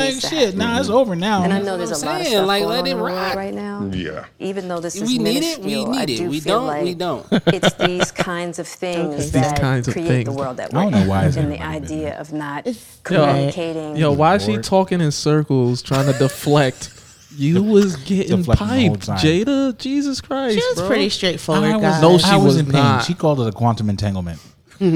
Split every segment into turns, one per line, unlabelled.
like
to
shit. Nah, it's over now.
And I know
That's
there's
what
a
I'm
lot of
saying.
stuff
like,
going
let
on
it
in the world
rock.
right now.
Yeah.
Even though this is
We need it, we
minuscule,
need
I
it.
do
We
feel
don't,
like
we don't.
it's these kinds of things
It's these
that
kinds of
create the
things.
world that
I
we're
don't
in,
know why is
and the
everybody doing
idea of not
Yo,
communicating.
Yo, why is she
Bored.
talking in circles trying to deflect? You was getting
deflecting the whole
piped,
time.
Jada. Jesus Christ,
She was
bro.
pretty
Oh,
straightforward, guys.
No, she
I
was
in pain.
not.
She called it a quantum entanglement.
Well,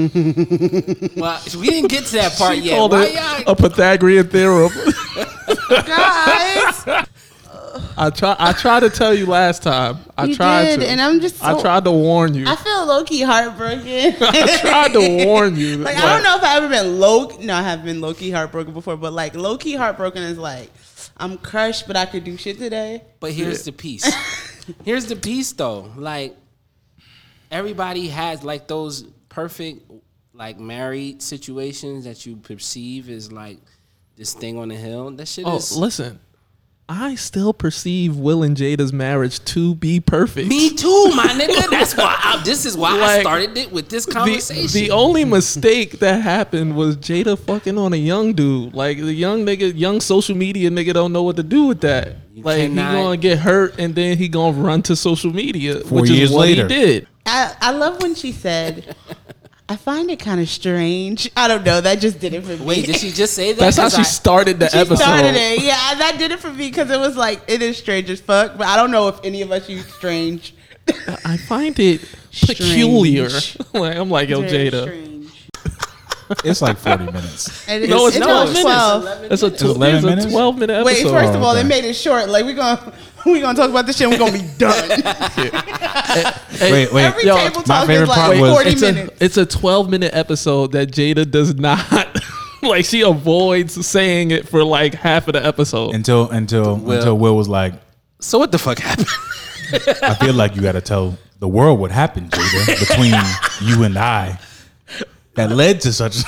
we didn't get to that part
She
yet.
called
Why
it
y'all-
a Pythagorean theorem.
guys.
I try. I tried to tell you last time. I
You
tried
did,
to,
and I'm just. So,
I tried to warn you. Oh,
I
I
feel low key heartbroken.
tried to warn you.
Like I don't know if I ever been low. No, I have been low key heartbroken before, but like low key heartbroken is like I'm crushed, but I could do shit today.
But here's the piece. here's the piece though. Like everybody has like those perfect like married situations that you perceive as like this thing on the hill. That shit
Oh,
is
listen. I still perceive Will and Jada's marriage to be perfect.
me too, my nigga. That's why I, this is why I
Like,
started it with this
the,
conversation.
the only mistake that happened was Jada fucking on a young dude. Like the young nigga, young social media nigga don't know what to do with that. like
cannot-
he gonna get hurt and then he gonna run to social media,
Four
which
years
is what
later.
he did.
I I love when she said. I find it kind of strange. I don't know. That just did it for me.
Wait, did she just say that?
That's how
'Cause
she
I-
started the
She
episode.
started it. Yeah, I- that did it for me because it was like it is strange as fuck. But I don't know if any of us use strange.
I find it
Strange.
peculiar. like I'm like, yo,
It's very
Jada.
strange.
It's like 40 minutes.
And
No, it's
it's
not.
only twelve.
That's a, tw-
eleven
it's a
minutes?
twelve minute episode.
Wait, first of all, they
okay.
made it short. Like we're gonna we're gonna talk about this shit. and We're gonna be done.
Hey,
Wait, wait.
Every
yo,
table
my
talk
favorite
is like
part was-
forty
it's
minutes.
a it's a 12 minute episode that Jada does not like she avoids saying it for like half of the episode.
until until until Will was like,
So what the fuck happened?
I feel like you got to tell the world what happened, Jada, between you and I that led to such.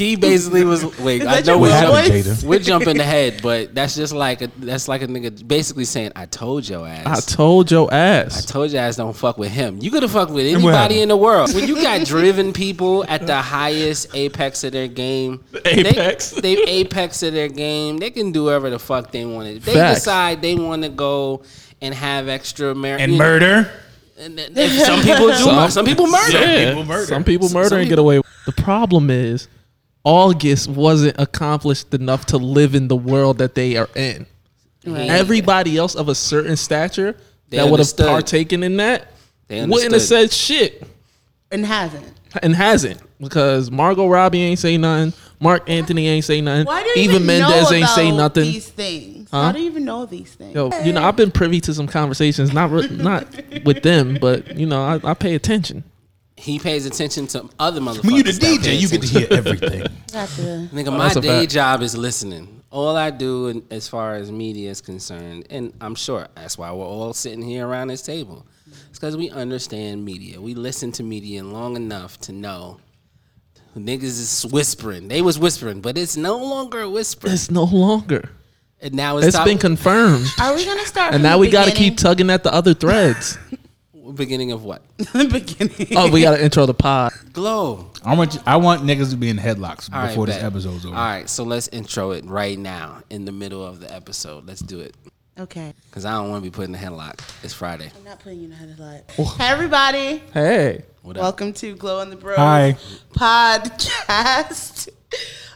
He basically was wait. I
that
know
your
we're,
what
voice?
happened,
jumping,
Jada?
we're jumping ahead, but that's just like a, that's like a nigga basically saying, "I told your
I
ass."
told your ass.
Told you guys don't fuck with him. You could have fucked with
what
anybody
happened?
in the world. When you got driven people at the highest apex of their game, they-
Apex.
they, apex of their game. They can do whatever the fuck they want. If they
Facts.
decide they want to go and have extra marriage
And murder.
some people do. Some, people murder.
Yeah,
murder.
some people
Some-
murder
some
and
people-
get away. The problem is August wasn't accomplished enough to live in the world that they are in. Everybody else of a certain stature
They
that would have
understood.
partaken in that
They
wouldn't have
understood.
said shit.
and hasn't.
and hasn't because Margot Robbie ain't say nothing. Mark Anthony ain't say nothing.
Why do you
Even
even
Mendez
know
ain't say
about
nothing.
These things. How do you even know these things?
Yo, you know, I've been privy to some conversations, not re- not with them, but you know, I, I pay attention.
He pays attention to other motherfuckers.
When you the
that pay
DJ, you get to hear everything.
Gotcha.
Nigga, my
Oh, that's a
day
fact.
job is listening. All I do, in, as far as media is concerned, and I'm sure that's why we're all sitting here around this table, it's because we understand media. We listen to media long enough to know niggas is whispering. They was whispering, but it's no longer a whisper.
It's no longer.
And now it's,
It's
top-
been confirmed,
Are we gonna start?
and
from
now
the
we got to keep
beginning?
tugging at the other threads.
beginning of what?
the beginning.
oh, we got to intro the pod.
Glow.
I want you, I want niggas to be in headlocks
All right,
before this
bet.
episode's over.
All right, so let's intro it right now in the middle of the episode. Let's do it.
Okay.
Because I don't want to be put in a headlock. It's Friday.
I'm not putting you in a headlock.
Oh.
Hey everybody.
Hey,
What up?
Welcome to Glow in the Bros
Hi.
podcast.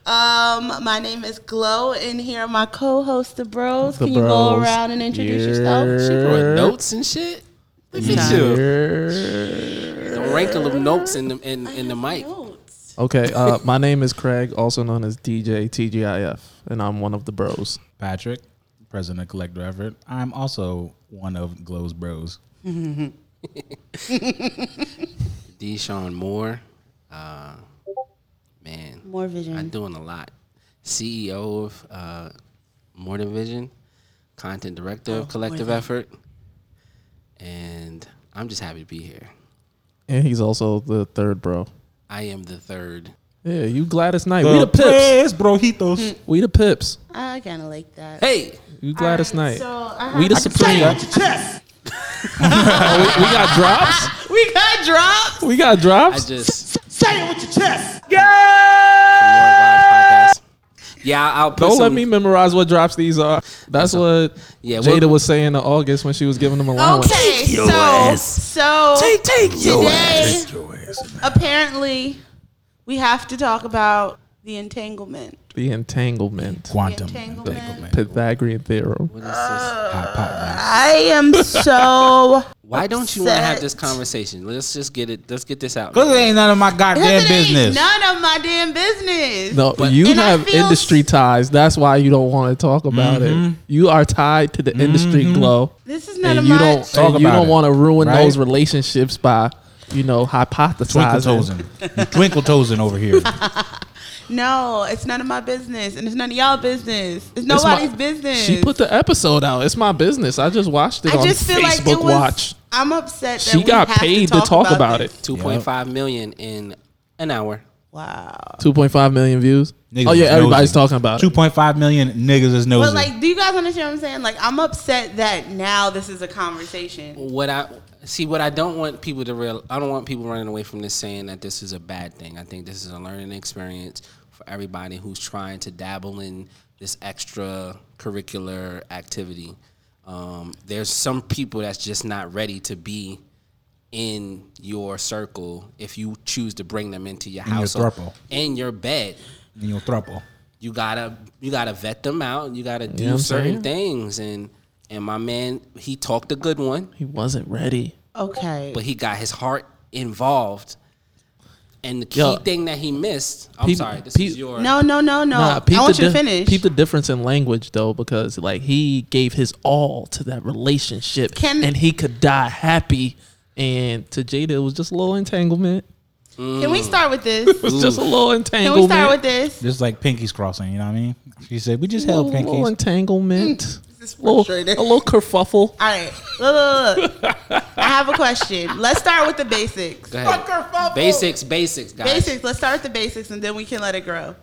Um, my name is Glow, and here are my co-hosts, the Bros.
The
Can you go
Bros.
around and introduce
Yeah.
yourself?
Throwing notes and shit. Look at you. The rankle of notes in the in, in the mic.
Notes.
okay. Uh, my name is Craig, also known as DJ TGIF, and I'm one of the bros.
Patrick, president of Collector Effort. I'm also one of Glow's bros.
Deshaun Moore. Uh, man,
More
I'm
vision.
doing a lot. CEO of uh, More Division, content director
Oh,
of Collective Effort, and I'm just happy to be here.
And he's also the third bro.
I am the third.
Yeah, you Gladys Knight. we the pips.
brojitos.
We the pips.
I kind of like that.
Hey,
You Gladys Knight.
So I
we
have-
the supreme. Oh, we, we got drops.
we got dropped.
We got
I
drops.
just
Say it with your chest.
More Vibes podcast. Yeah, I'll put
Don't let
some-
me memorize what drops these are. That's what
Yeah,
Jada
we'll-
was saying to August when she was giving them allowance.
Okay,
your
so
ass.
so
take your
today
Your ass.
apparently we have to talk about the entanglement.
The entanglement,
Quantum.
Entanglement.
Pythagorean theorem.
Hypotenuse.
I am so
Why don't you want to have this
upset.
conversation? Let's just get it. Let's get this out.
Cause it ain't none of my goddamn
Because it ain't
business.
None of my damn business.
No, you
and I
have
feel-
industry ties. That's why you don't want to talk about
Mm-hmm.
it. You are tied to the industry glow.
This is none
And
of
you
my
don't
Talk
and you
about
don't
it,
want to ruin
right?
those relationships by, you know,
Twinkle
hypothesizing.
toesing. You Twinkle toesing over here.
No, it's none of my business, and it's none of y'all business. It's
It's my-
nobody's business.
She put the episode out. It's my business. I just watched it
I
on
just feel
Facebook
like it was.
Watch.
I'm upset. That
She
we
got
have
paid
to talk, about,
it.
this.
Two point five million in an hour.
Wow.
2.5 million views.
Niggas
oh yeah,
is
everybody's
nosy.
talking about it.
2.5 million niggas is nosy.
But like, do you guys understand what I'm saying? Like, I'm upset that now this is a conversation.
What I see, what I don't want people to real, I don't want people running away from this saying that this is a bad thing. I think this is a learning experience for everybody who's trying to dabble in this extracurricular activity. Um, there's some people that's just not ready to be in your circle if you choose to bring them into your
your
house
throuple.
in your bed.
in your throuple.
you gotta you gotta vet them out. You gotta do
know what I'm
certain
saying?
things. And and my man, he talked a good one,
He wasn't ready.
Okay.
but he got his heart involved. And the key
Yo.
thing that he missed, I'm
Peep-
sorry, this is
peep-
your
No, no, no,
Nah,
no. Oh, I want
the
you to
dif-
finish.
peep the difference in language though, because like he gave his all to that relationship,
Can-
and he could die happy. And to Jada, it was just a little entanglement.
Can we start with this?
It was just a little
Can we
entanglement.
start with this?
Just like Pinky's crossing, you know what I mean? She said, "We just
a
held
little, little
Pinky's."
entanglement?
is
little,
frustrating.
a little kerfuffle.
All right. Look, look, look. I have a question. Let's start with the basics.
Go ahead. basics, basics, guys.
Basics. Let's start with the basics, and then we can let it grow.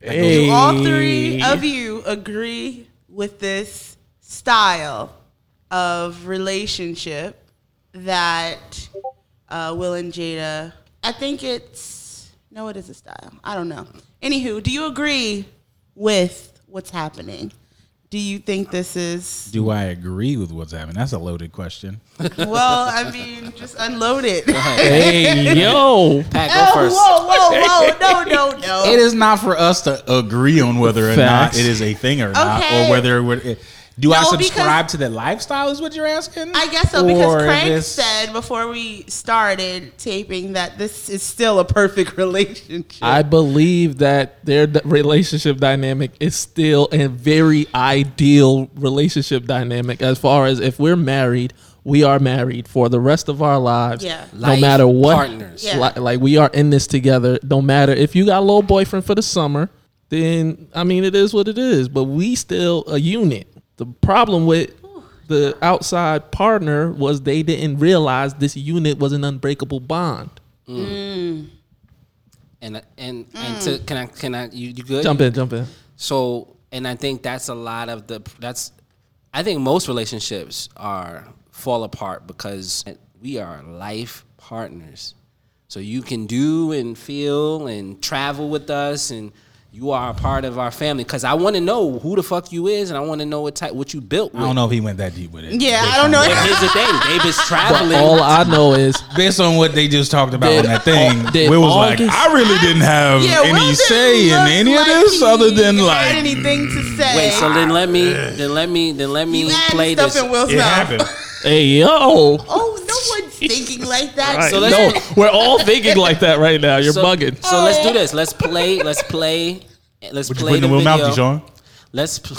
Hey.
Do all three of you agree with this style of relationship that uh, Will and Jada? I think it's no, it is a style. I don't know. Anywho, do you agree with what's happening? Do you think this is
Do I agree with what's happening? That's a loaded question.
well? I mean, just unload it.
hey yo,
Pat, go
Oh,
first.
whoa, whoa, whoa! No, no, no.
It is not for us to agree on whether or
Facts.
not it is a thing or not,
Okay.
or whether it would. It, do I
No, because-
subscribe to that lifestyle? Is what you're asking?
I guess so
Or
because Craig
this-
said before we started taping that this is still a perfect relationship.
I believe that their d- relationship dynamic is still a very ideal relationship dynamic as far as if we're married, we are married for the rest of our lives.
Yeah.
no
Life
matter what.
partners.
Yeah.
Like, like we are in this together. No matter if you got a little boyfriend for the summer, then I mean it is what it is. But we still a unit. The problem with the outside partner was they didn't realize this unit was an unbreakable bond.
And and
Mm.
and to, can I can I you, you good?
Jump in, jump in.
So, and I think that's a lot of the that's I think most relationships are fall apart because we are life partners. So you can do and feel and travel with us and you are a part of our family cuz I want to know who the fuck you is and I want to know what type what you built
I
with.
don't know if he went that deep with it.
yeah, I don't know.
Here's the thing, they was
But
traveling.
all I know is
Based on what they just talked about
Did-
on that thing,
did
Will was like,
August-
"I really didn't have
Yeah, Will
any
didn't
say in
look
any
like
of this,
he
other than
had
like mm.
anything to say.
Wait, so then let me then let me then let me
you added
play
stuff
this.
in Will's
it
mouth.
happened."
Hey yo!
Oh, no one's thinking like that.
Right.
So let's-
no, we're all thinking like that right now. You're
so,
bugging.
So let's do this. Let's play. Let's play. Let's
What you
play
put in
the
the Will
video.
mouth, Deshaun?
Let's pl-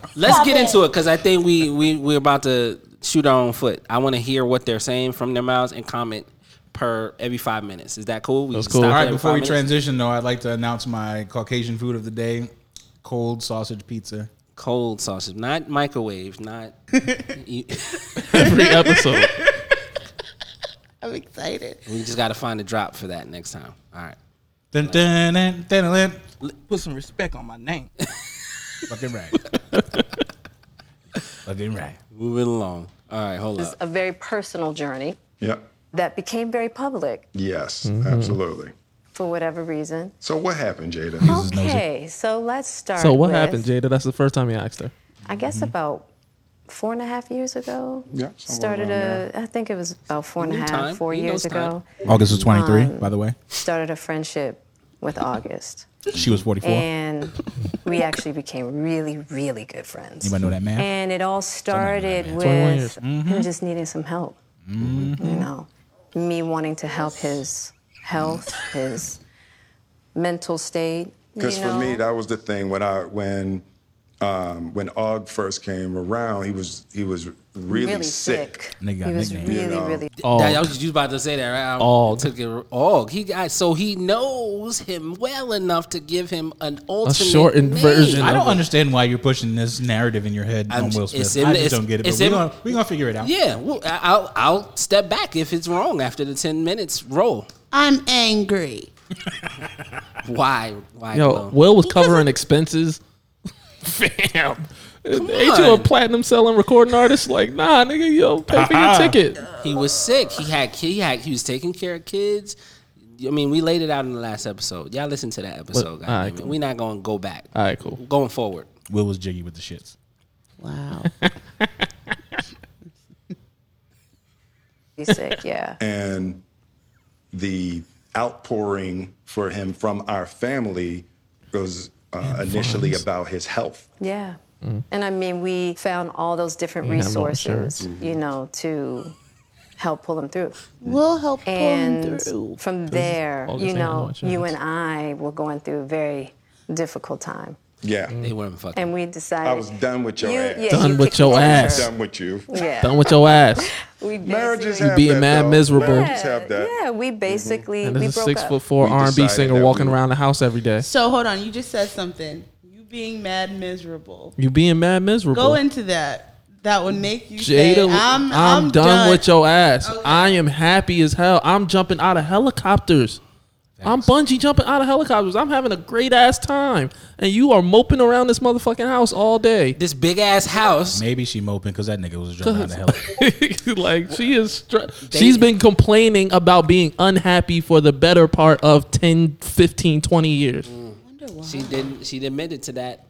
let's get into it because I think we we we're about to shoot our own foot. I want to hear what they're saying from their mouths and comment per every five minutes. Is that cool? We
That's
can
cool.
stop
All
All
every
right, before we
five minutes?
transition, though, I'd like to announce my Caucasian food of the day cold sausage pizza.
cold sausage, not microwave, not you-
Every episode.
I'm excited.
we just got to find a drop for that next time. All right,
Dun, dun, dun, dun, dun.
put some respect on my name.
Fucking right. Fucking right.
moving along. All right, hold
This is
up.
a very personal journey
Yeah.
that became very public.
Mm-hmm.
Yes, absolutely.
for whatever reason.
So what happened, Jada?
Uses nosy.
Okay, so let's start.
So what
with,
happened, Jada? That's the first time you asked her.
I guess about four and a half years ago.
Yeah, somewhere
Started
around
a, I think it was about four and a
New
half,
time.
four
You know
years
it's time.
ago.
August was 23, by the way.
Started a friendship with August.
She was 44.
And we actually became really, really good friends.
Anybody know that math?
And it all started with
21 years. Mm-hmm.
him just needing some help.
Mm-hmm.
You know, me wanting to help his health, his mental state.
Because
you
for me,
know.
that was the thing when I when um, when Og first came around, he was he was really,
really
sick.
sick.
Nigga got
he was
nicknames.
really,
You know.
really.
Oh,
That, I was you was about to say that, right? I
Og.
took it. Og. He got so he knows him well enough to give him an alternate
shortened
name.
version
I
of
don't
it.
understand why you're pushing this narrative in your head
I'm
on
j-
Will
it's
Smith.
in
I
the-
just
it's-
don't get it.
it's
But we're
in-
gonna we gonna figure it out.
Yeah, well, I- I'll I'll step back if it's wrong after the ten minutes. Roll.
I'm angry.
Why? Why?
Yo,
Will?
Will was covering expenses. Fam. Ain't you a
on.
platinum selling recording artist? Like, nah, nigga, yo, pay for your ticket.
He was sick. He had ki- he had he was taking care of kids. I mean, we laid it out in the last episode. Y'all listen to that episode,
But- all right,
guys. We're not gonna go back.
All right, cool.
Going forward.
Will was jiggy with the shits.
Wow.
Oh.
He's sick, yeah.
and the outpouring for him from our family was uh, initially about his health.
Yeah. And I mean, we found all those different
Mm-hmm. have no insurance.
resources, you know, to help pull them through.
We'll help pull him
And
through.
from there,
August
you
ain't no
know, you
insurance.
and I were going through a very difficult time.
Yeah,
Mm.
They weren't fucking.
And we decided.
I was done with your
You-
ass.
yeah,
Done
you
with
kicked
your
the
ass.
curb.
Done with you.
Yeah.
Done with your ass.
We
Marriages
basically-
have
being
that,
mad
though.
miserable.
Marriages have that.
Yeah, we basically
Mm-hmm. And
we
there's a
broke
six
up.
foot four
We
R&B
decided
singer
that
walking
we-
around the house every day.
So hold on, you just said something. You being mad miserable.
You being mad miserable.
Go into that. That would make you say,
Jada,
I'm,
I'm, done, with your ass.
Okay.
I am happy as hell. I'm jumping out of helicopters. I'm bungee jumping out of helicopters. I'm having a great ass time. And you are moping around this motherfucking house all day.
this big ass house.
Maybe she moping because that nigga was jumping out of hell.
like she is str- she's been complaining about being unhappy for the better part of 10 15 20 years
She didn't. She admitted to that.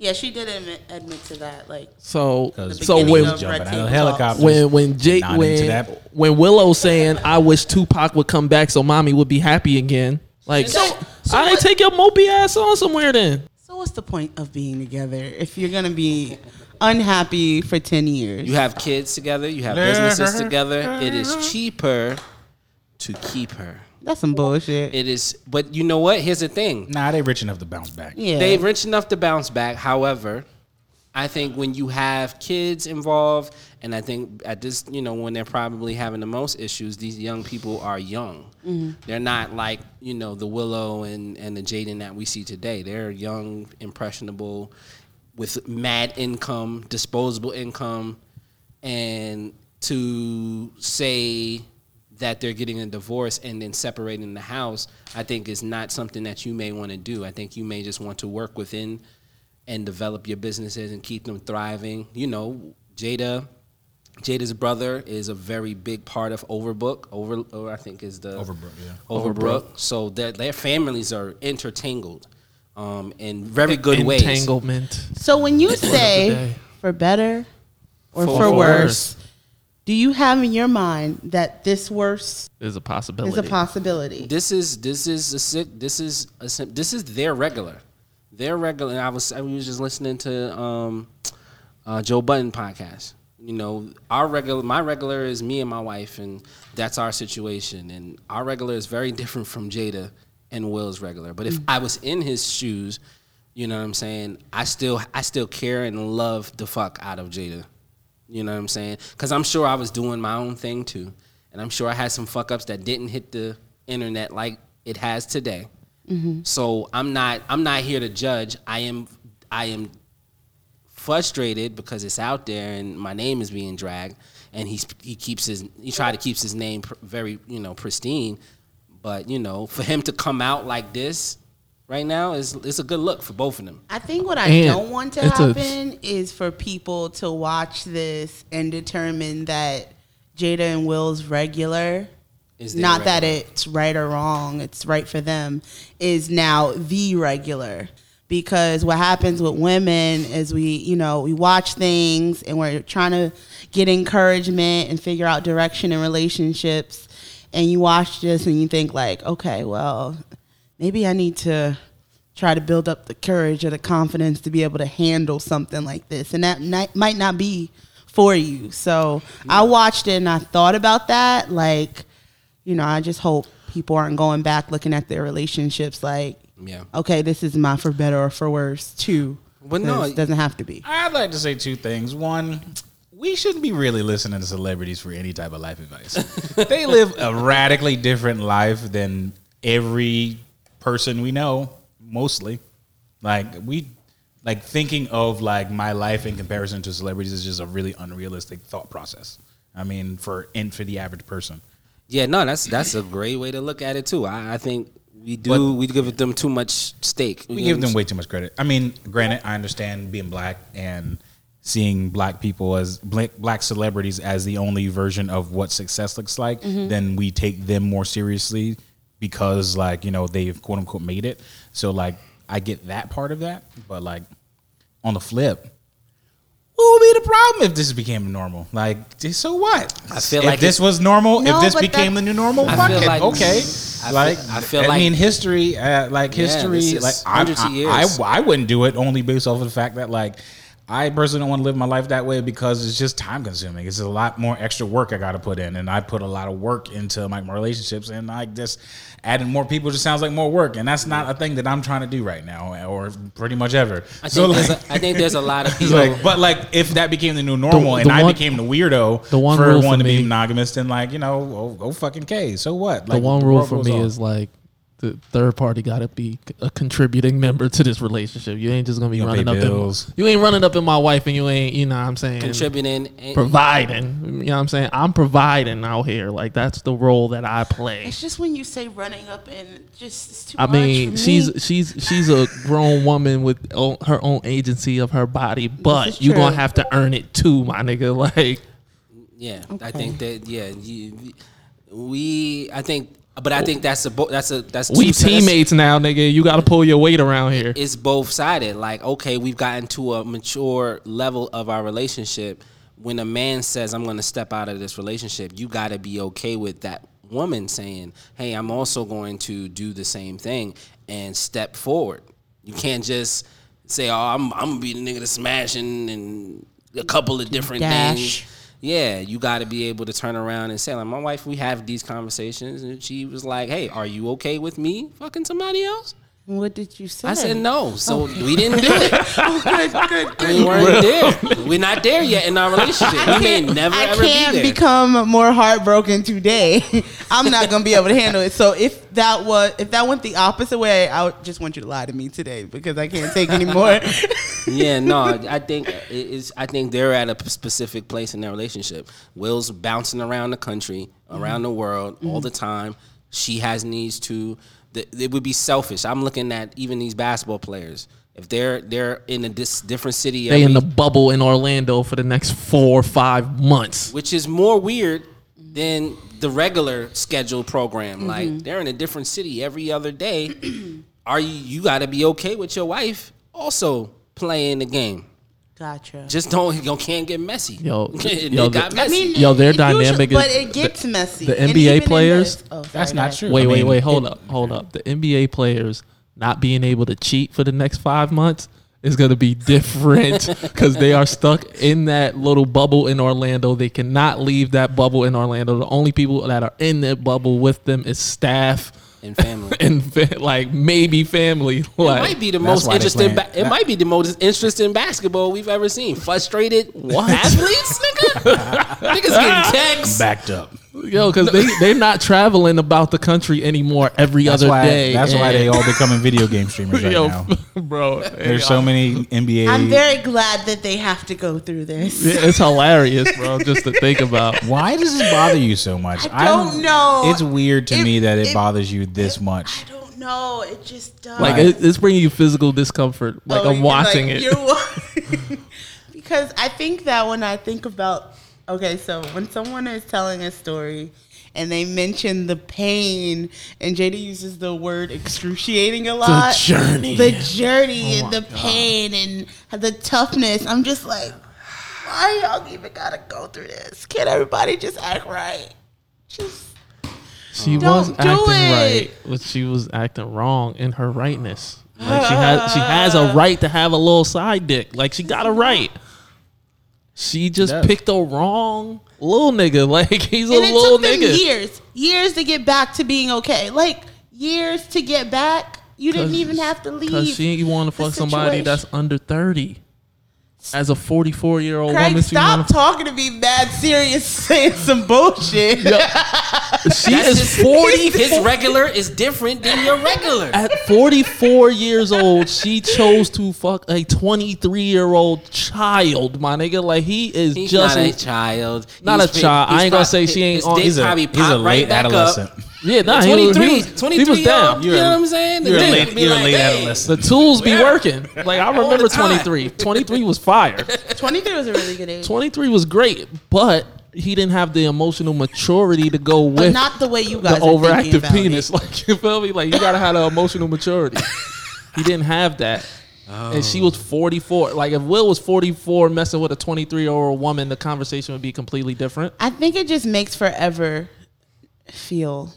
Yeah, she did admit, admit to that. Like,
so
Because
so
he
beginning
when
was
of
jumping out
Red
of
Table
helicopters,
when when Jake
not into
when
that.
when Willow saying I wish Tupac would come back so mommy would be happy again. Like
So- so
I
what-
take your mopey ass on somewhere then.
so what's the point of being together if you're gonna be unhappy for ten years?
You have kids together. You have businesses together. It is cheaper to keep her.
That's some bullshit.
It is. But you know what? Here's the thing.
Nah, they rich enough to bounce back.
yeah.
They rich enough to bounce back. However, I think when you have kids involved, and I think at this, you know, when they're probably having the most issues, these young people are young. They're not like you know the Willow and and the Jaden that we see today. They're young, impressionable, with mad income, disposable income, and to say that they're getting a divorce and then separating the house, I think is not something that you may want to do. I think you may just want to work within and develop your businesses and keep them thriving. You know, Jada, Jada's brother is a very big part of Overbook. Over, or I think is the
Overbrook, yeah.
Overbrook. So their their families are intertangled, um, in very good ways.
Entanglement.
so when you
day.
say for better or for, worse, do you have in your mind that this worse
There's a
is
possibility.
a possibility?
This is this is a sick. This is a sim- this is their regular, their regular. And I was I was just listening to um, uh, Joe Button podcast. You know, our regular, my regular is me and my wife, and that's our situation. And our regular is very different from Jada and Will's regular. But if I was in his shoes, you know what I'm saying. I still I still care and love the fuck out of Jada. You know what I'm saying? Because I'm sure I was doing my own thing too. And I'm sure I had some fuck ups that didn't hit the internet like it has today. So I'm not I'm not here to judge. I am I am frustrated because it's out there and my name is being dragged and he's he keeps his he tried to keeps his name pr- very you know pristine but you know for him to come out like this right now is it's a good look for both of them
I think what I
And
don't want to
it's a-
happen is for people to watch this and determine that Jada and Will's regular
Is the
not that
regular.
it's right or wrong, it's right for them, is now the regular. Because what happens with women is we, you know, we watch things and we're trying to get encouragement and figure out direction in relationships. And you watch this and you think, like, okay, well, maybe I need to try to build up the courage or the confidence to be able to handle something like this. And that ni- might not be for you. So I watched it and I thought about that. Like, you know, I just hope people aren't going back looking at their relationships like,
Yeah.
okay, this is my for better or for worse, too.
But no,
This doesn't have to be.
I'd like to say two things. One, we shouldn't be really listening to celebrities for any type of life advice. they live a radically different life than every person we know, mostly. Like we like thinking of like my life in comparison to celebrities is just a really unrealistic thought process. I mean, for and for the average person.
Yeah, no, that's that's a great way to look at it too. I, I think we do
But-
we give them too much stake.
We give them way too much credit. I mean, granted, I understand being black and seeing black people as black, black celebrities as the only version of what success looks like.
Mm-hmm.
Then we take them more seriously because, like, you know, they've quote unquote made it. So, like, I get that part of that. But, like, on the flip, what would be the problem if this became normal? Like, j- so what? I
feel
if
like
this
it's-
was normal,
No,
if this
but
became
that-
the new normal,
I
fuck
feel
it,
like-
okay.
I
like,
feel- I feel
I
like-
mean, history, uh, like
Yeah,
history,
this is
like I,
hundreds of
I,
years.
I, I wouldn't do it only based off of the fact that like I personally don't want to live my life that way because it's just time consuming. It's a lot more extra work I got to put in, and I put a lot of work into my, my relationships, and I just adding more people just sounds like more work, and that's not a thing that I'm trying to do right now, or pretty much ever.
I think, there's a, I think there's a lot of
It's
people.
like, but like, if that became the new normal and
the
I
one-
became the weirdo
the one
for
rule
everyone
for
to
me-
be monogamous, then like, you know, oh, go fucking K. So what?
the
Like,
one rule
world
for
goes
me
on.
is like the third party got to be a contributing member to this relationship. You ain't just gonna be
You gotta
running
pay
up. In,
bills.
you ain't running up in my wife, and you ain't. You know what I'm saying
contributing. And,
providing. You know what I'm saying I'm providing out here. Like that's the role that I play.
It's just when you say running up and just it's too
I
much
mean,
for
she's
me.
she's she's a grown woman with o- her own agency of her body, but
is
you gonna
true.
have to earn it too, my nigga. Like
yeah, I think that yeah, you, we I think, but I think that's a bo- that's a that's two-
we
that's-
teammates now, nigga. You gotta pull your weight around here.
it's both sided. Like, okay, we've gotten to a mature level of our relationship. When a man says, I'm going to step out of this relationship, you got to be okay with that woman saying, Hey, I'm also going to do the same thing and step forward. You can't just say, Oh, I'm, I'm going to be the nigga that's smashing and a couple of different
Dash.
things. Yeah, you got to be able to turn around and say, like, my wife, we have these conversations, and she was like, "Hey, are you okay with me fucking somebody else?"
What did you say?
I said no, so we didn't do it.
Oh,
We weren't there. We're not there yet in our relationship. We may never
I
ever
can't
be there.
become more heartbroken today. I'm not gonna be able to handle it. So if that was if that went the opposite way, I would just want you to lie to me today because I can't take anymore.
yeah, no, I think it is. I think they're at a p- specific place in their relationship. Will's bouncing around the country,
Mm-hmm.
around the world, all the time. She has needs to. th- It would be selfish. I'm looking at even these basketball players. If they're they're in a dis- different city,
They
every-
in the bubble in Orlando for the next four or five months.
which is more weird than the regular scheduled program. Like they're in a different city every other day. Are you? You got to be okay with your wife also playing the game.
Gotcha.
Just don't you can't get messy.
Yo,
it
yo,
got
the-
messy.
Yo, their
it usually-
dynamic is-
but it gets messy.
the
And
NBA
even in
players-
this- oh,
That's
sorry,
not
guys.
true.
Wait,
Hmm. I
wait,
mean,
wait. Hold
it-
up, hold up. The NBA players not being able to cheat for the next five months is going to be different because they are stuck in that little bubble in Orlando. They cannot leave that bubble in Orlando. The only people that are in that bubble with them is staff
And family.
and fa- like maybe family.
It
Like
might be the
That's
most
why they
interesting.
playing-
Ba- it
that-
might be the most interesting basketball we've ever seen. Frustrated athletes, nigga. Niggas getting texts.
backed up.
yo, because they they're not traveling about the country anymore every
That's
other
why.
day.
that's why they
and-
all becoming video game streamers right
yo,
now.
bro.
There's so many NBA.
I'm very glad that they have to go through this.
it's hilarious, bro. Just to think about.
why does this bother you so much?
I don't know.
It's weird to
It-
me that it,
it-
bothers you this
I
much.
don't know. It just does.
Like it, it's bringing you physical discomfort. Like
Oh,
I'm
you're
watching
like,
it.
you're wa- because I think that when I think about okay, so when someone is telling a story and they mention the pain, and JD uses the word excruciating a lot.
journey. Oh
the journey, and the pain, and the toughness. I'm just like, why y'all even gotta go through this? Can't everybody just act right? Just
She
Don't
was
do
acting right,
it.
but she was acting wrong in her rightness. Like she has, she has a right to have a little side dick. Like she got a right. She just
does.
picked the wrong little nigga. Like he's a
and it
little
took them
nigga.
years, years to get back to being okay. Like years to get back. You didn't
'Cause-
even have to leave.
Cause she want to
the
fuck somebody that's
situation.
under thirty. As a forty-four year old
Craig,
woman, she,
stop
wanna,
talking to me mad serious, saying some bullshit.
she is
just-
forty.
His regular is different than your regular.
At forty-four years old, she chose to fuck a twenty-three-year-old child. My nigga, like he is
He's
just
not a child.
Not
He's
a child. I
he's
ain't gonna
prob-
say she ain't
his
on-
dick
he's
a-
probably
he's a
popped right
late
back up.
adolescent.
Yeah, nah, he
23,
was- he was, he was
23 year
down.
old, you know what I'm saying? The
You're a
dick
late,
be
you're a
like,
late
hey.
adolescent.
The tools be working. Like I remember
the time.
23. 23 was fire.
23 was a really good age.
23 was great, but he didn't have the emotional maturity to go
But
with
not the way you
the
guys are thinking
overactive
about it.
penis. Like you feel me? Like you gotta have the emotional maturity. he didn't have that. And she was 44. Like if Will was 44 messing with a 23 year old woman, the conversation would be completely different.
I think it just makes forever feel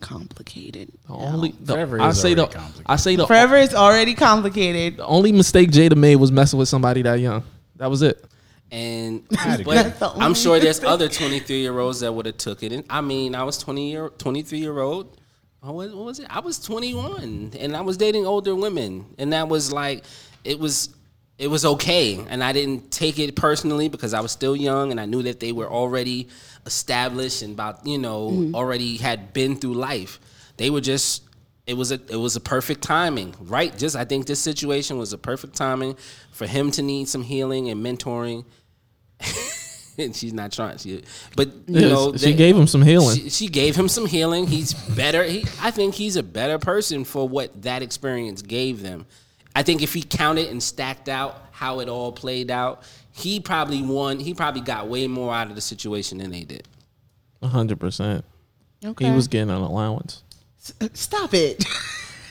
complicated.
The only the,
Forever
I
is
say the
already complicated.
I say the
Forever is already complicated.
only mistake Jada made was messing with somebody that young. That was it.
And
I'd
but
That's the
I'm
only
sure there's
thing.
other 23 year olds that would have took it. And I mean, I was 20 year 23 year old. Oh, What was, what was it? I was 21 and I was dating older women, and that was like, it was. It was okay, and I didn't take it personally because I was still young, and I knew that they were already established and about you know already had been through life. They were just it was a it was a perfect timing, right? Just I think this situation was a perfect timing for him to need some healing and mentoring. and she's not trying. She, but you
Yes,
know,
she gave him some healing.
She, she gave him some healing. He's better. He, I think he's a better person for what that experience gave them. I think if he counted and stacked out how it all played out, he probably won. He probably got way more out of the situation than they did.
hundred percent.
Okay.
He was getting an allowance.
Stop it.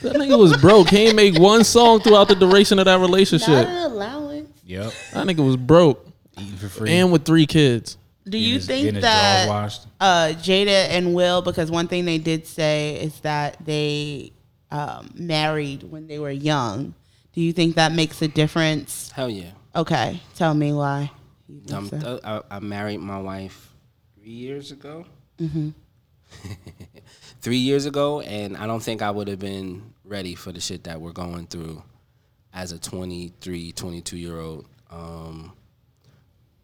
That nigga was broke. He ain't make one song throughout the duration of that relationship.
Not an allowance.
Yep.
That nigga was broke
Eating for free.
and with three kids.
Do you
his-
think
getting his drawers
that
washed.
uh, Jada and Will, because one thing they did say is that they um, married when they were young. Do you think that makes a difference?
Hell yeah.
Okay, tell me why. you think
Um,
so.
th- I, I married my wife three years ago.
Mm-hmm.
three years ago, and I don't think I would have been ready for the shit that we're going through as a 23, 22 year old. Um,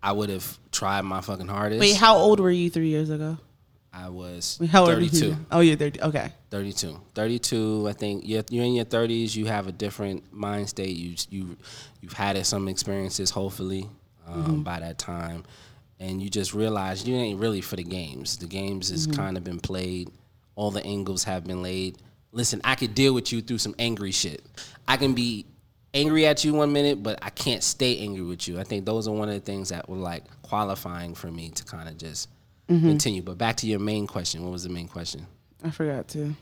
I would have tried my fucking hardest.
Wait, how old were you three years ago?
I was
Wait, How old were
32.
you? Oh, you're 30. Okay.
32 32 i think you're, you're in your 30s you have a different mind state you you you've had some experiences hopefully um, by that time and you just realize you ain't really for the games the games has kind of been played all the angles have been laid listen i could deal with you through some angry shit i can be angry at you one minute but i can't stay angry with you i think those are one of the things that were like qualifying for me to kind of just continue but back to your main question what was the main question
I forgot to.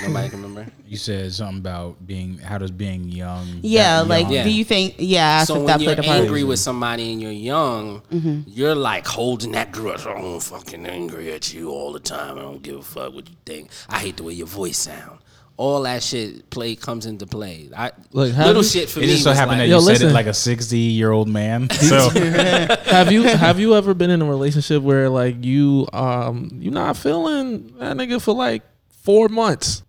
Nobody can remember.
You said something about being. How does being young?
Yeah,
that
like,
young-
Yeah.
do you think, yeah, I
so
think
when
that
you're
played a part.
angry with somebody and you're young,
Mm-hmm.
you're like holding that grudge. I'm fucking angry at you all the time. I don't give a fuck what you think. I hate the way your voice sound. All that shit play comes into play. I
Like, how
little
do-
shit for
It
me.
just so
was
happened
like,
that you
Yo,
said
listen.
it like a sixty-year-old man. So
Have you have you ever been in a relationship where like you um you not feeling that nigga for like four months?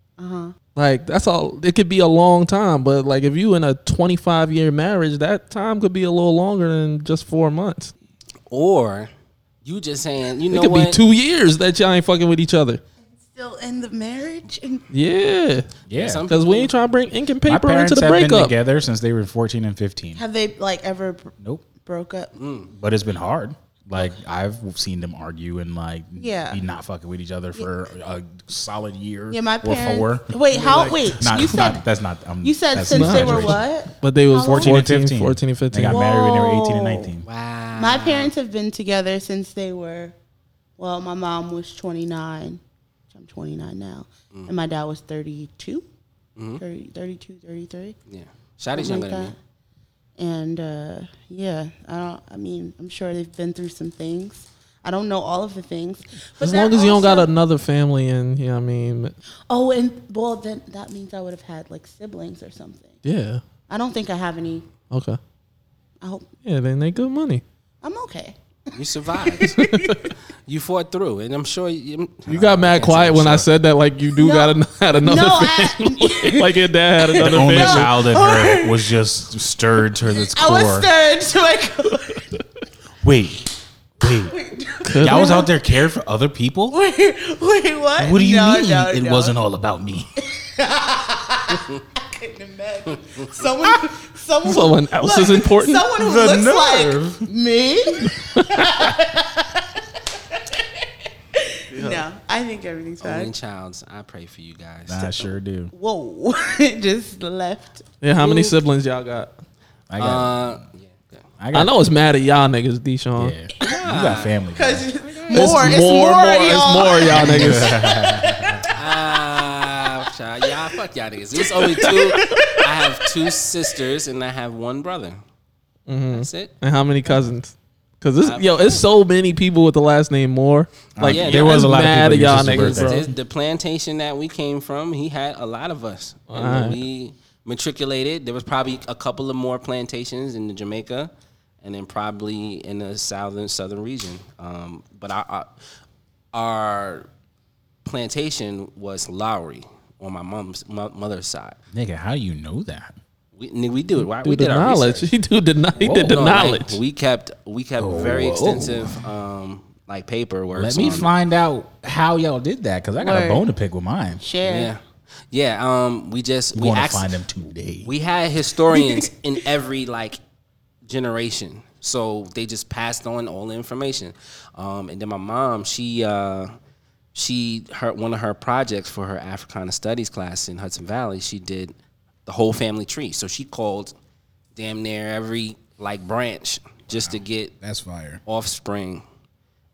Like that's all. It could be a long time, but like if you in a twenty five year marriage, that time could be a little longer than just four months.
or you just saying, you
It
know
could
what?
be two years that y'all ain't fucking with each other.
Still in the marriage? And
Yeah,
yeah,
Some
because we ain't trying to bring ink and
my
paper
parents
into the
have been
breakup.
together since they were fourteen and fifteen.
have they, like, ever br-
Nope.
broke up?
Mm.
but it's been hard. Like I've seen them argue and like
Yeah.
be not fucking with each other for a solid year.
Yeah, my
or
parents.
four.
Wait, how, wait,
Not,
you said,
not, that's not. Um,
you said
that's
since
not
they were
graduation.
what?
But they was
How long?
14
14 and
and
15.
15. 14 and 15.
They got married when they were 18 and
Whoa.
19.
Wow.
My parents have been together since they were Well, my mom was 29, which I'm 29 now, and my dad was 32, 30, 32, 33.
Yeah. Shotty's
something
younger
like
than
that.
me.
And uh, yeah, I don't. I mean, I'm sure they've been through some things. I don't know all of the things. But
As
that
long as you don't got
also-
another family in, you know what I mean?
Oh, and well, then that means I would have had like siblings or something.
Yeah.
I don't think I have any.
Okay.
I hope
Yeah, then they good money.
I'm okay.
You survived. you fought through, and I'm sure you,
You got mad quiet when I said that, like you do
No.
got an, had another
no,
family.
I,
like your dad had another
The only
family.
child in her was just stirred to its
I
core.
was stirred to my core.
Wait, wait.
Could
Y'all was
be.
out there caring for other people? What
Wait, wait, what?
do you
No,
mean
no,
it
no.
wasn't all about me?
couldn't imagine. Someone, someone,
Someone else is important?
Someone who
The
looks
nerve.
like me. No, I think everything's
only
fine.
childs. I pray for you guys.
I sure do.
Whoa, it just left.
Yeah, how many siblings y'all got?
I got.
Uh, yeah, good.
got
I know it's mad at y'all niggas, Deshaun.
Yeah. You got family. bro.
Cause more, it's more, y'all.
it's more y'all niggas.
Ah, child, y'all, fuck y'all niggas. It's only two. I have two sisters and I have one brother.
Mm-hmm.
That's it.
and how many cousins? Cause this, yo, it's so many people with the last name Moore.
Uh,
Like
yeah,
yeah,
there
there
was
was
a
lot of
mad at
people
y'all
who
niggas,
used to
bro.
This- the plantation that we came from, he had a lot of us. And when
Alright.
we matriculated. There was probably a couple of more plantations in Jamaica, and then probably in the southern southern region. Um, but our, our our plantation was Lowry on my mom's my mother's side.
Nigga, how you know that?
We nigga, we do it. Right? we
Do the
did our
knowledge.
research.
He do the kno- he did the
No, like,
knowledge.
we kept we kept very extensive um, like paperwork.
Oh, Let me
on-
find out how y'all did that because I got a
Word.
bone to pick with mine.
Share.
Yeah, yeah. Um, we just we
We want to
asked,
find them today.
We had historians in every like generation, so they just passed on all the information. Um, and then my mom, she uh, she her one of her projects for her Africana Studies class in Hudson Valley, she did the whole family tree. So she called damn near every like branch just to get
That's fire.
offspring.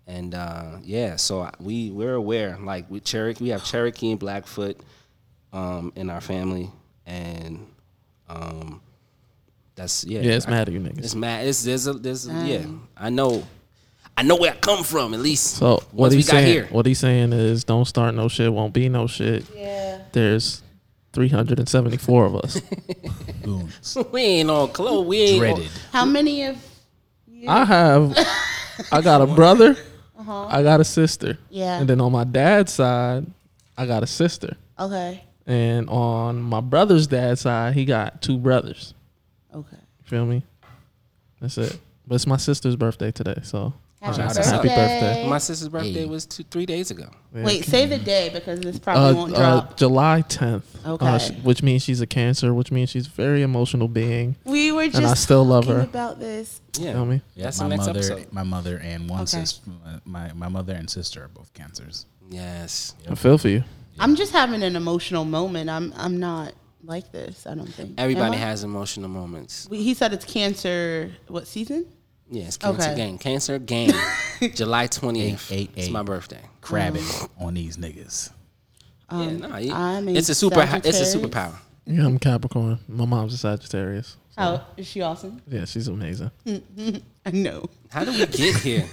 And uh, yeah, so I- we we're aware. Like we Cherokee, we have Cherokee and Blackfoot um, in our family, and um, that's yeah.
yeah, it's
I-
mad at you niggas.
It's mad. It's there's a there's
Mm.
a, yeah. I know, I know where I come from. At least
So what
once we
he's
got
saying,
here.
what he's saying is, don't start no shit, won't be no shit. Yeah. There's 374 of us.
we ain't all close. We ain't all-
Dreaded.
How many of?
I have, I got a brother, I got a sister.
Uh-huh. Yeah.
And then on my dad's side, I got a sister.
Okay.
And on my brother's dad's side, he got two brothers.
Okay.
You feel me? That's it. But it's my sister's birthday today, so
Happy
out.
happy birthday.
my sister's birthday was two three days ago.
Wait, say the day because this probably
Uh,
won't
uh,
drop.
July 10th, uh,
Okay.
sh- which means she's a cancer, which means she's a very emotional being.
we were just
I still love
talking
her.
about this.
Yeah,
Feel me?
that's
my
the next
mother,
episode.
my mother, and one
Okay.
sis, my my mother and sister are both cancers.
Mm. Yes,
I feel for you.
I'm just having an emotional moment. I'm I'm not like this. I don't think
everybody
Uh-huh.
Am I?
has emotional moments.
We- He said it's cancer. What season?
Yes, Cancer
Okay.
Gang. Cancer Gang. July 28th.
Eight, eight,
It's
eight.
my birthday.
Crabbing on these niggas.
yeah, nah, you-
Um, I'm a
it's a super hi- it's a
Sagittarius.
superpower.
Yeah, I'm Capricorn. My mom's a Sagittarius.
How is she awesome?
Yeah, she's amazing.
I know.
How do we get here?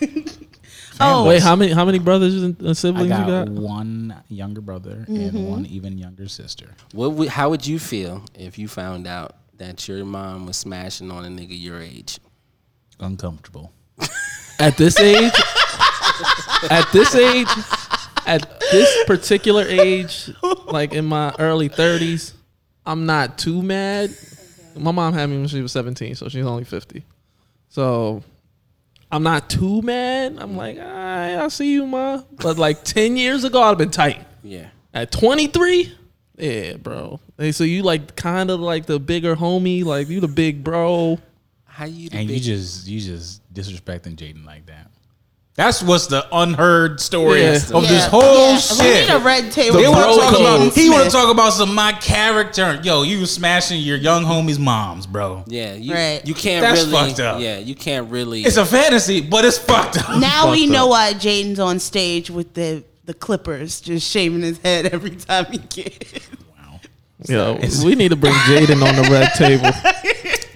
Oh,
Wait, how many how many brothers and and
I
siblings
got,
you got?
one younger brother and one even younger sister.
what would, how would you feel if you found out that your mom was smashing on a nigga your age?
Uncomfortable.
At this age, at this age, at this particular age, like in my early 30s, I'm not too mad. My mom had me when she was 17, so she's only 50. So I'm not too mad. I'm like, all right, I'll see you, ma. But like 10 years ago, I'd have been tight.
Yeah.
At 23? Yeah, bro. Hey, so you like kind of like the bigger homie, like you the big bro.
How you the
And you
big-
just you just disrespecting Jaden like that. That's what's the unheard story
Yeah.
of this
Yeah.
whole
Yeah.
shit.
We need a red table.
They
talk
wanna
bro
talk about-
code.
he want to talk about some my character. Yo, you was smashing your young homies' moms, bro.
Yeah, you,
Right.
you can't
That's
really.
fucked up.
Yeah, you can't really.
It's a fantasy, but it's fucked up.
Now we
Fucked
know
up.
why Jaden's on stage with the the Clippers, just shaving his head every time he gets.
Yo, we need to bring Jaden on the red table.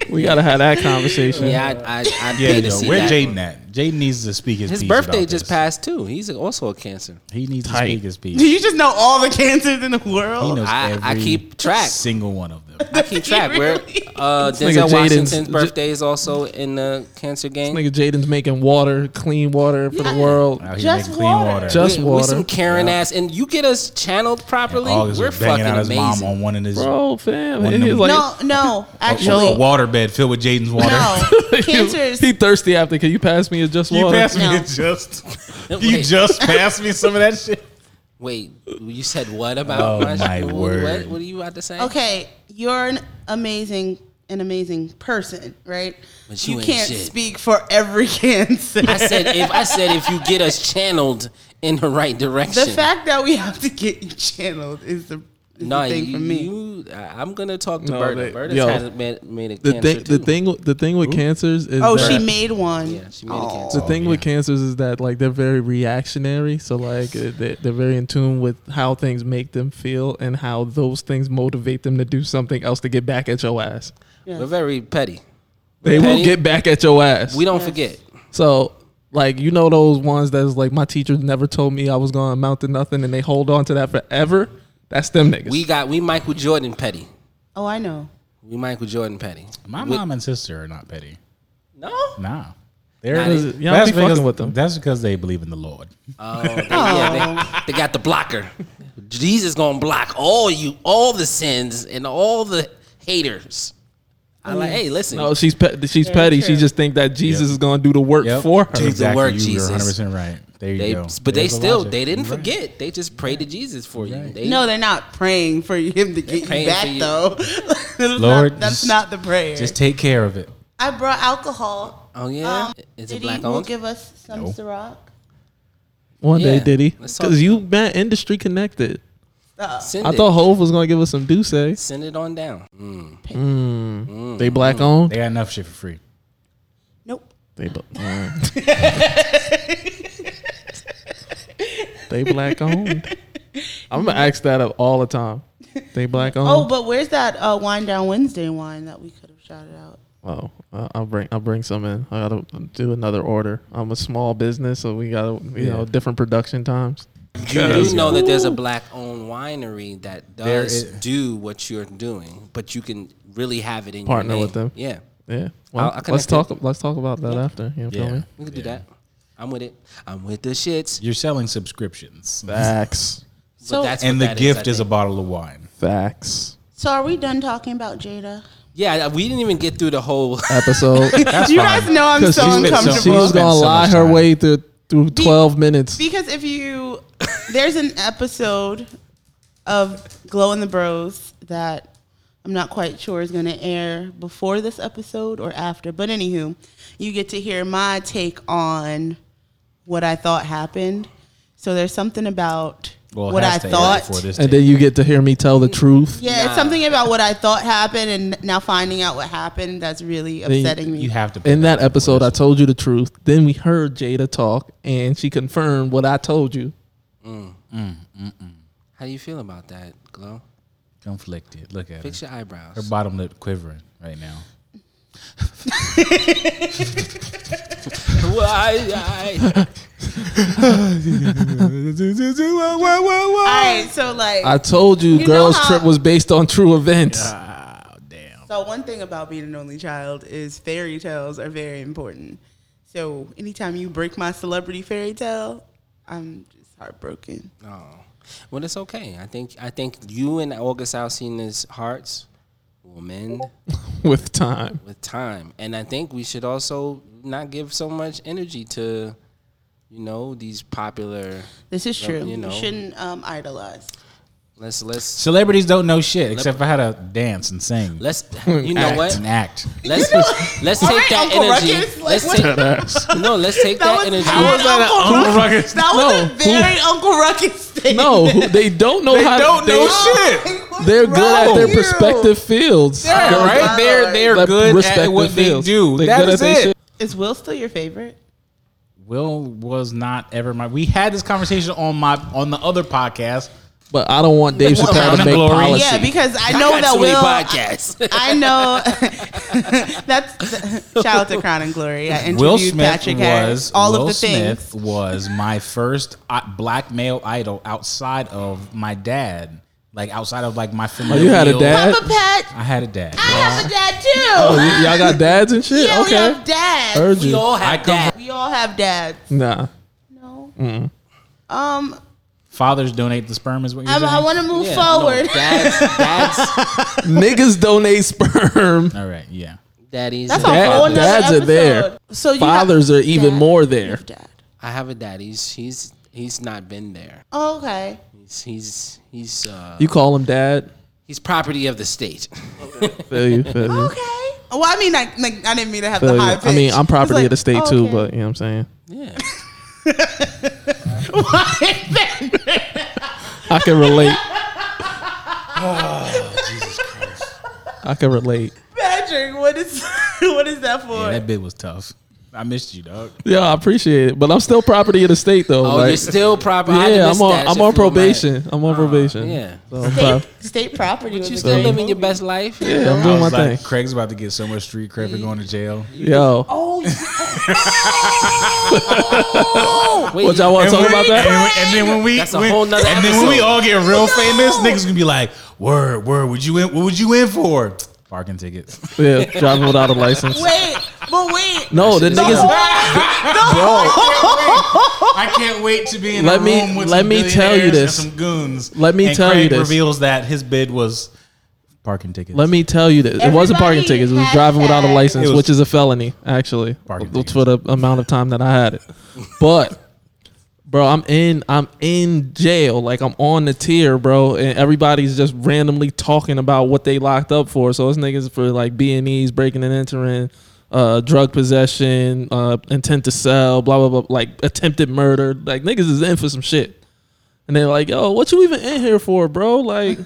We gotta have that conversation.
yeah, I, I, I
Yeah,
pay to
yo,
see
where
that.
Jaden at? Jaden needs to speak his.
His
piece
birthday
about
just
this.
passed too. He's also a cancer.
He needs
Tight.
to speak his
Do
piece.
you just know all the cancers in the
He
world?
knows
I-
every
I keep track.
Single one of them.
I keep track. Where uh,
This nigga
Denzel Washington's
Jaden's-
birthday is also in the cancer game.
Nigga Jaden's making water, clean water for the world.
Now he's
Just
making clean
water.
water.
Just-
we,
water.
we some Karen ass, and you get us channeled
And
properly.
August
We're
was banging
fucking
out his
amazing.
mom on one of his
Bro, fam.
One of
He's
them-
like
No, no,
a
actually,
water bed filled with Jaden's water.
no. Cancers.
he thirsty after. Can you pass me a just
You
water?
passed
No.
me just. You
Wait.
just passed me some of that shit.
Wait, you said what about
Oh,
my,
my
what,
word.
What, what are you about to say?
Okay, you're an amazing, an amazing person, right?
But you ain't
can't
shit.
speak for every cancer.
I said if I said if you get us channeled in the right direction.
the fact that we have to get you channeled is the, is
no,
the thing
you,
for me.
you- I- I'm gonna talk to
No,
Berta.
they-
Berta
yo.
has made, made a
The
cancer
thing, the
too.
thing, the thing with cancers is
oh,
that-
she made one.
Yeah, she made a
Aw.
cancer.
the thing with cancers is that like they're very reactionary so like uh, they- they're very in tune with how things make them feel and how those things motivate them to do something else to get back at your ass
We're very petty.
they
Petty.
will get back at your ass
We don't forget.
so like you know those ones that's like my teacher never told me i was going to amount to nothing and they hold on to that forever that's them niggas
We got we Michael Jordan petty.
Oh, I know.
We Michael Jordan petty.
My
With-
mom and sister are not petty.
No.
Nah.
Nah,
They're,
they-
Y'all be fucking
because,
with them.
That's because they believe in the Lord.
Oh, they, yeah, they, they got the blocker. Jesus gonna block all you, all the sins and all the haters. I'm like, hey, listen,
no she's pe- she's petty she just think that jesus is going to do the work
Yep.
for her
Exactly.
word,
you
Jesus.
are 100% right. There you
they,
go.
but they
There's the
still,
logic.
they didn't
You're right.
forget. They just prayed to Jesus for you. They,
No, they're not praying for him to get you
praying
back,
for you.
though. that's
Lord,
not, that's
just-
not the prayer.
Just take care of it.
I brought alcohol.
Oh yeah,
Um,
is it
Did
black
he
owned?
give us some Ciroc?
one
Yeah.
day did he
Let's talk-
because you man industry connected
Send
i
it.
thought hove was going to give us some douce
Send it on down.
they black owned
They got enough shit for free.
Nope.
They bu- they black owned. I'm gonna ask that up all the time. They black
Oh,
owned.
but where's that uh, Wine Down Wednesday wine that we could have shouted out?
Oh, uh, I'll bring I'll bring some in. I gotta do another order. I'm a small business, so we gotta you know different production times.
You do know that there's a black owned winery that
There
does
is-
do what you're doing, but you can really have it in
Partner
your name.
with them.
Yeah,
Yeah, well,
I'll- I'll
let's
connect
talk. Let's talk about that after. You feel
Yeah.
me?
we can do that. I'm with it. I'm with the shits.
You're selling subscriptions.
Facts,
But
So-
that's
and
what
the
that
gift
I
is, a
think.
bottle of wine.
facts.
So are we done talking about Jada?
Yeah, we didn't even get through the whole.
Episode.
That's
You
fine.
guys know I'm
Because
so
she's
been so-
uncomfortable.
she was
Spent
gonna
so
lie
much
her
time.
way through through 12 minutes.
Because if you, there's an episode of Glow in the Bros that I'm not quite sure is going to air before this episode or after. But anywho, you get to hear my take on what I thought happened. So there's something about
Well, it
what
has
I
to air
thought.
before this
And
tape.
then you get to hear me tell the truth.
Yeah, it's something about what I thought happened and now finding out what happened that's really
you-
upsetting me.
you have to. put
In that
out before
episode, I
this.
told you the truth. Then we heard Jada talk, and she confirmed what I told you.
How do you feel about that, Glow?
conflicted. Look at it.
Fix your eyebrows.
Her bottom lip quivering right now.
Well, I- I-
All right, so like,
I told you,
You know
girls'
how-
trip was based on true events.
So one thing about being an only child is fairy tales are very important. So anytime you break my celebrity fairy tale, I'm just heartbroken.
no. Well, it's okay. I think I think you and August Alcina's hearts will mend
With time,
with time, and I think we should also not give so much energy to, you know, these popular.
This is
Well,
true.
you
You,
know.
shouldn't um, idolize.
Let's let's
Celebrities don't know shit except for how to dance and sing.
let's you know
act
what?
And act.
Let's let's take
right,
that
Uncle
energy.
Ruckus, like,
let's
what-
take no. Let's take
That
that,
was
energy.
how was that Uncle, Ruckus?
Ruckus.
That
No,
was a very Uncle Ruckus thing.
No, who- they don't know how.
don't
they,
know shit.
They're good at their
Bro.
respective fields.
Yeah,
Oh,
right?
Lord.
They're they're
Their
good at
respective
what they
fields.
do.
They're
that
good at
is
their
it.
shit.
Is Will still your favorite?
Will was not ever my. We had this conversation on my on the other podcast.
But I don't want Dave
Well,
Chappelle to
Common
make
Glory.
policy.
Yeah, because I know
I got
that
so many podcasts.
Will. I know that's shout out to Crown and Glory. I interviewed
Will Smith
Patrick
was
Harris. All
Will
of the
Smith
things.
was my first uh, black male idol outside of my dad. Like outside of like my
Oh,
family.
you had a dad?
Papa Pat,
I had a dad.
I have a dad too.
Oh, y- y'all got dads and shit.
yeah, we
okay, Er,
have dads.
heard
we
you.
all have that.
We all have dads.
Nah,
No. Um,
Fathers donate the sperm is what you're
I,
saying.
I want to move
Yeah, no,
forward.
dads, dads,
niggas donate sperm.
All right, yeah.
daddies.
That's
and-
a whole
Dad-
nother
dads are
episode.
there.
So you
Fathers
have,
are even
Dad.
more there.
Dad.
I have a dad. He's he's he's not been there.
Oh, okay.
He's he's he's uh,
You call him dad.
he's property of the state.
Feel you? Feel you.
Okay. Well, I mean, like, like I didn't mean to have
Feel
the
you.
high pitch.
I mean, I'm property
It's
of the state
like,
too,
okay.
but you know what I'm saying.
Yeah.
I can relate. I can relate.
Patrick, what is what is that for?
yeah. That bit was tough. I missed you, dog.
Yeah, I appreciate it, but I'm still property of the state though.
Oh,
like-
you're still property. I
yeah,
didn't
I'm
miss
on.
that.
I'm
Shit flew
on
by.
probation. I'm
Oh,
on probation.
Yeah.
So I'm proud.
state, state property.
You
was
still
a-
living your best life?
Yeah, I'm
I
doing my
was like,
thing.
Craig's about to get so much street cred for
Mm.
going to jail.
Yo,
oh,
Oh,
Wait,
what
Oh,
y'all want to talk about that?
And, then when we
That's a
when-
whole nother
and then when we
episode.
all get real famous, niggas gonna be like, "Word, word, would you in? What would you in for? Parking tickets."
Yeah, driving without a license.
Wait, but wait.
No, the niggas.
I can't wait to be in
Let
a
me-
room with
let
some
me tell you
billionaires
this.
and some goons.
Let me
And
tell you
Craig
this.
Reveals that his bid was parking tickets.
Let me tell you this. It wasn't parking
Everybody
tickets. It was
has
driving without a
that.
license,
It was-
which is a felony, actually,
Parking
w- for the amount of time that I had it. But, bro, I'm in. I'm in jail. Like I'm on the tier, bro, and everybody's just randomly talking about what they locked up for. So it's niggas for like B and E's, breaking and entering. Uh, drug possession, uh, intent to sell, blah blah blah, like attempted murder, like niggas is in for some shit. And they're like, yo, what you even in here for, bro? Like,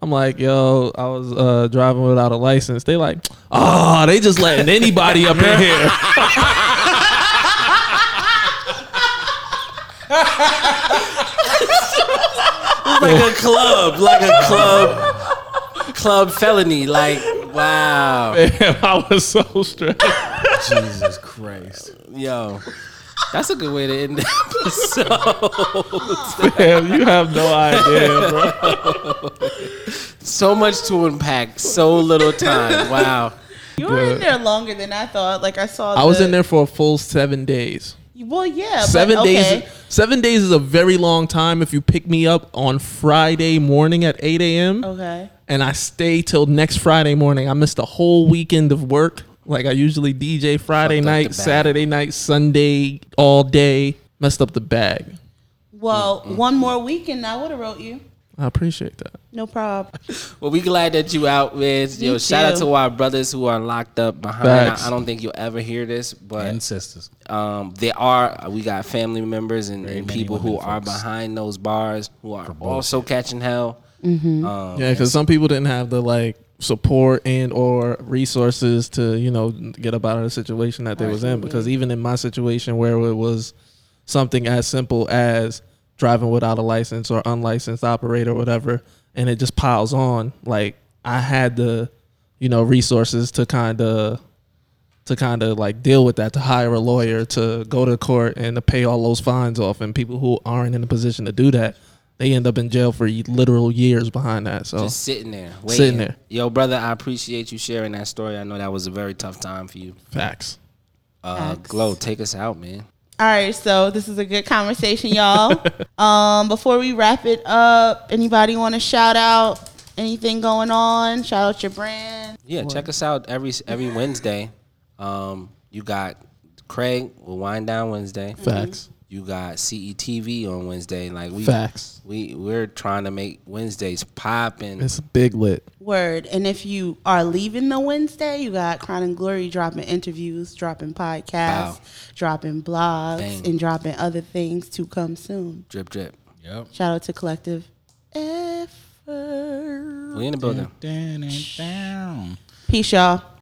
I'm like, yo, I was uh, driving without a license. They like, oh, they just letting anybody up in here.
like a club, like a club, club felony. Like, wow,
And I was so stressed.
Jesus Christ.
yo, that's a good way to end the episode.
Damn, you have no idea, bro.
So much to unpack, so little time. Wow,
You were in there longer than I thought. Like I saw.
I was
the-
in there for a full seven days.
Uh,
Well, yeah. but
Seven
okay.
days. Seven days is a very long time. If you pick me up on Friday morning at 8
Oh.
a.m.
Okay.
and I stay till next Friday morning. I missed a whole weekend of work. Like I usually DJ Friday
Fucked up
night,
the bag.
Saturday night, Sunday all day. Messed up the bag.
Well,
Mm,
one more weekend, I would have wrote you.
I appreciate that.
No problem.
well, we glad that you out, man. Yo,
You
shout out
too.
to our brothers who are locked up behind.
Facts.
I, I don't think you'll ever hear this, but
And sisters.
Um, they are. We got family members and, and
many
people who
women
are
folks.
behind those bars who are also catching hell. Um,
Yeah, because some people didn't have the like support and or resources to you know get up out of the situation that they was in. Because even in my situation where it was something as simple as driving without a license or unlicensed operator or whatever, and it just piles on. Like I had the you know resources to kind of to kind of like deal with that to hire a lawyer to go to court and to pay all those fines off and people who aren't in a position to do that they end up in jail for ye- literal years behind that so
Just sitting there, waiting.
Sitting there.
Yo, brother, I appreciate you sharing that story. I know that was a very tough time for you.
facts
Uh,
Facts.
Glow, take us out, man.
All right, so this is a good conversation, y'all. um, before we wrap it up, anybody want to shout out anything going on? Shout out your brand.
Yeah, check us out every every Wednesday. Um, you got Craig will wind down Wednesday.
facts
You You got CETV on Wednesday. Like we
Facts.
we we're trying to make Wednesdays popping.
It's big lit.
Word. And if you are leaving the Wednesday, you got Crown and Glory dropping interviews, dropping podcasts,
Wow.
dropping blogs,
Bang.
and dropping other things to come soon.
Drip drip.
Yep.
Shout out to Collective Effort.
We in the building.
Down and down.
Peace, y'all.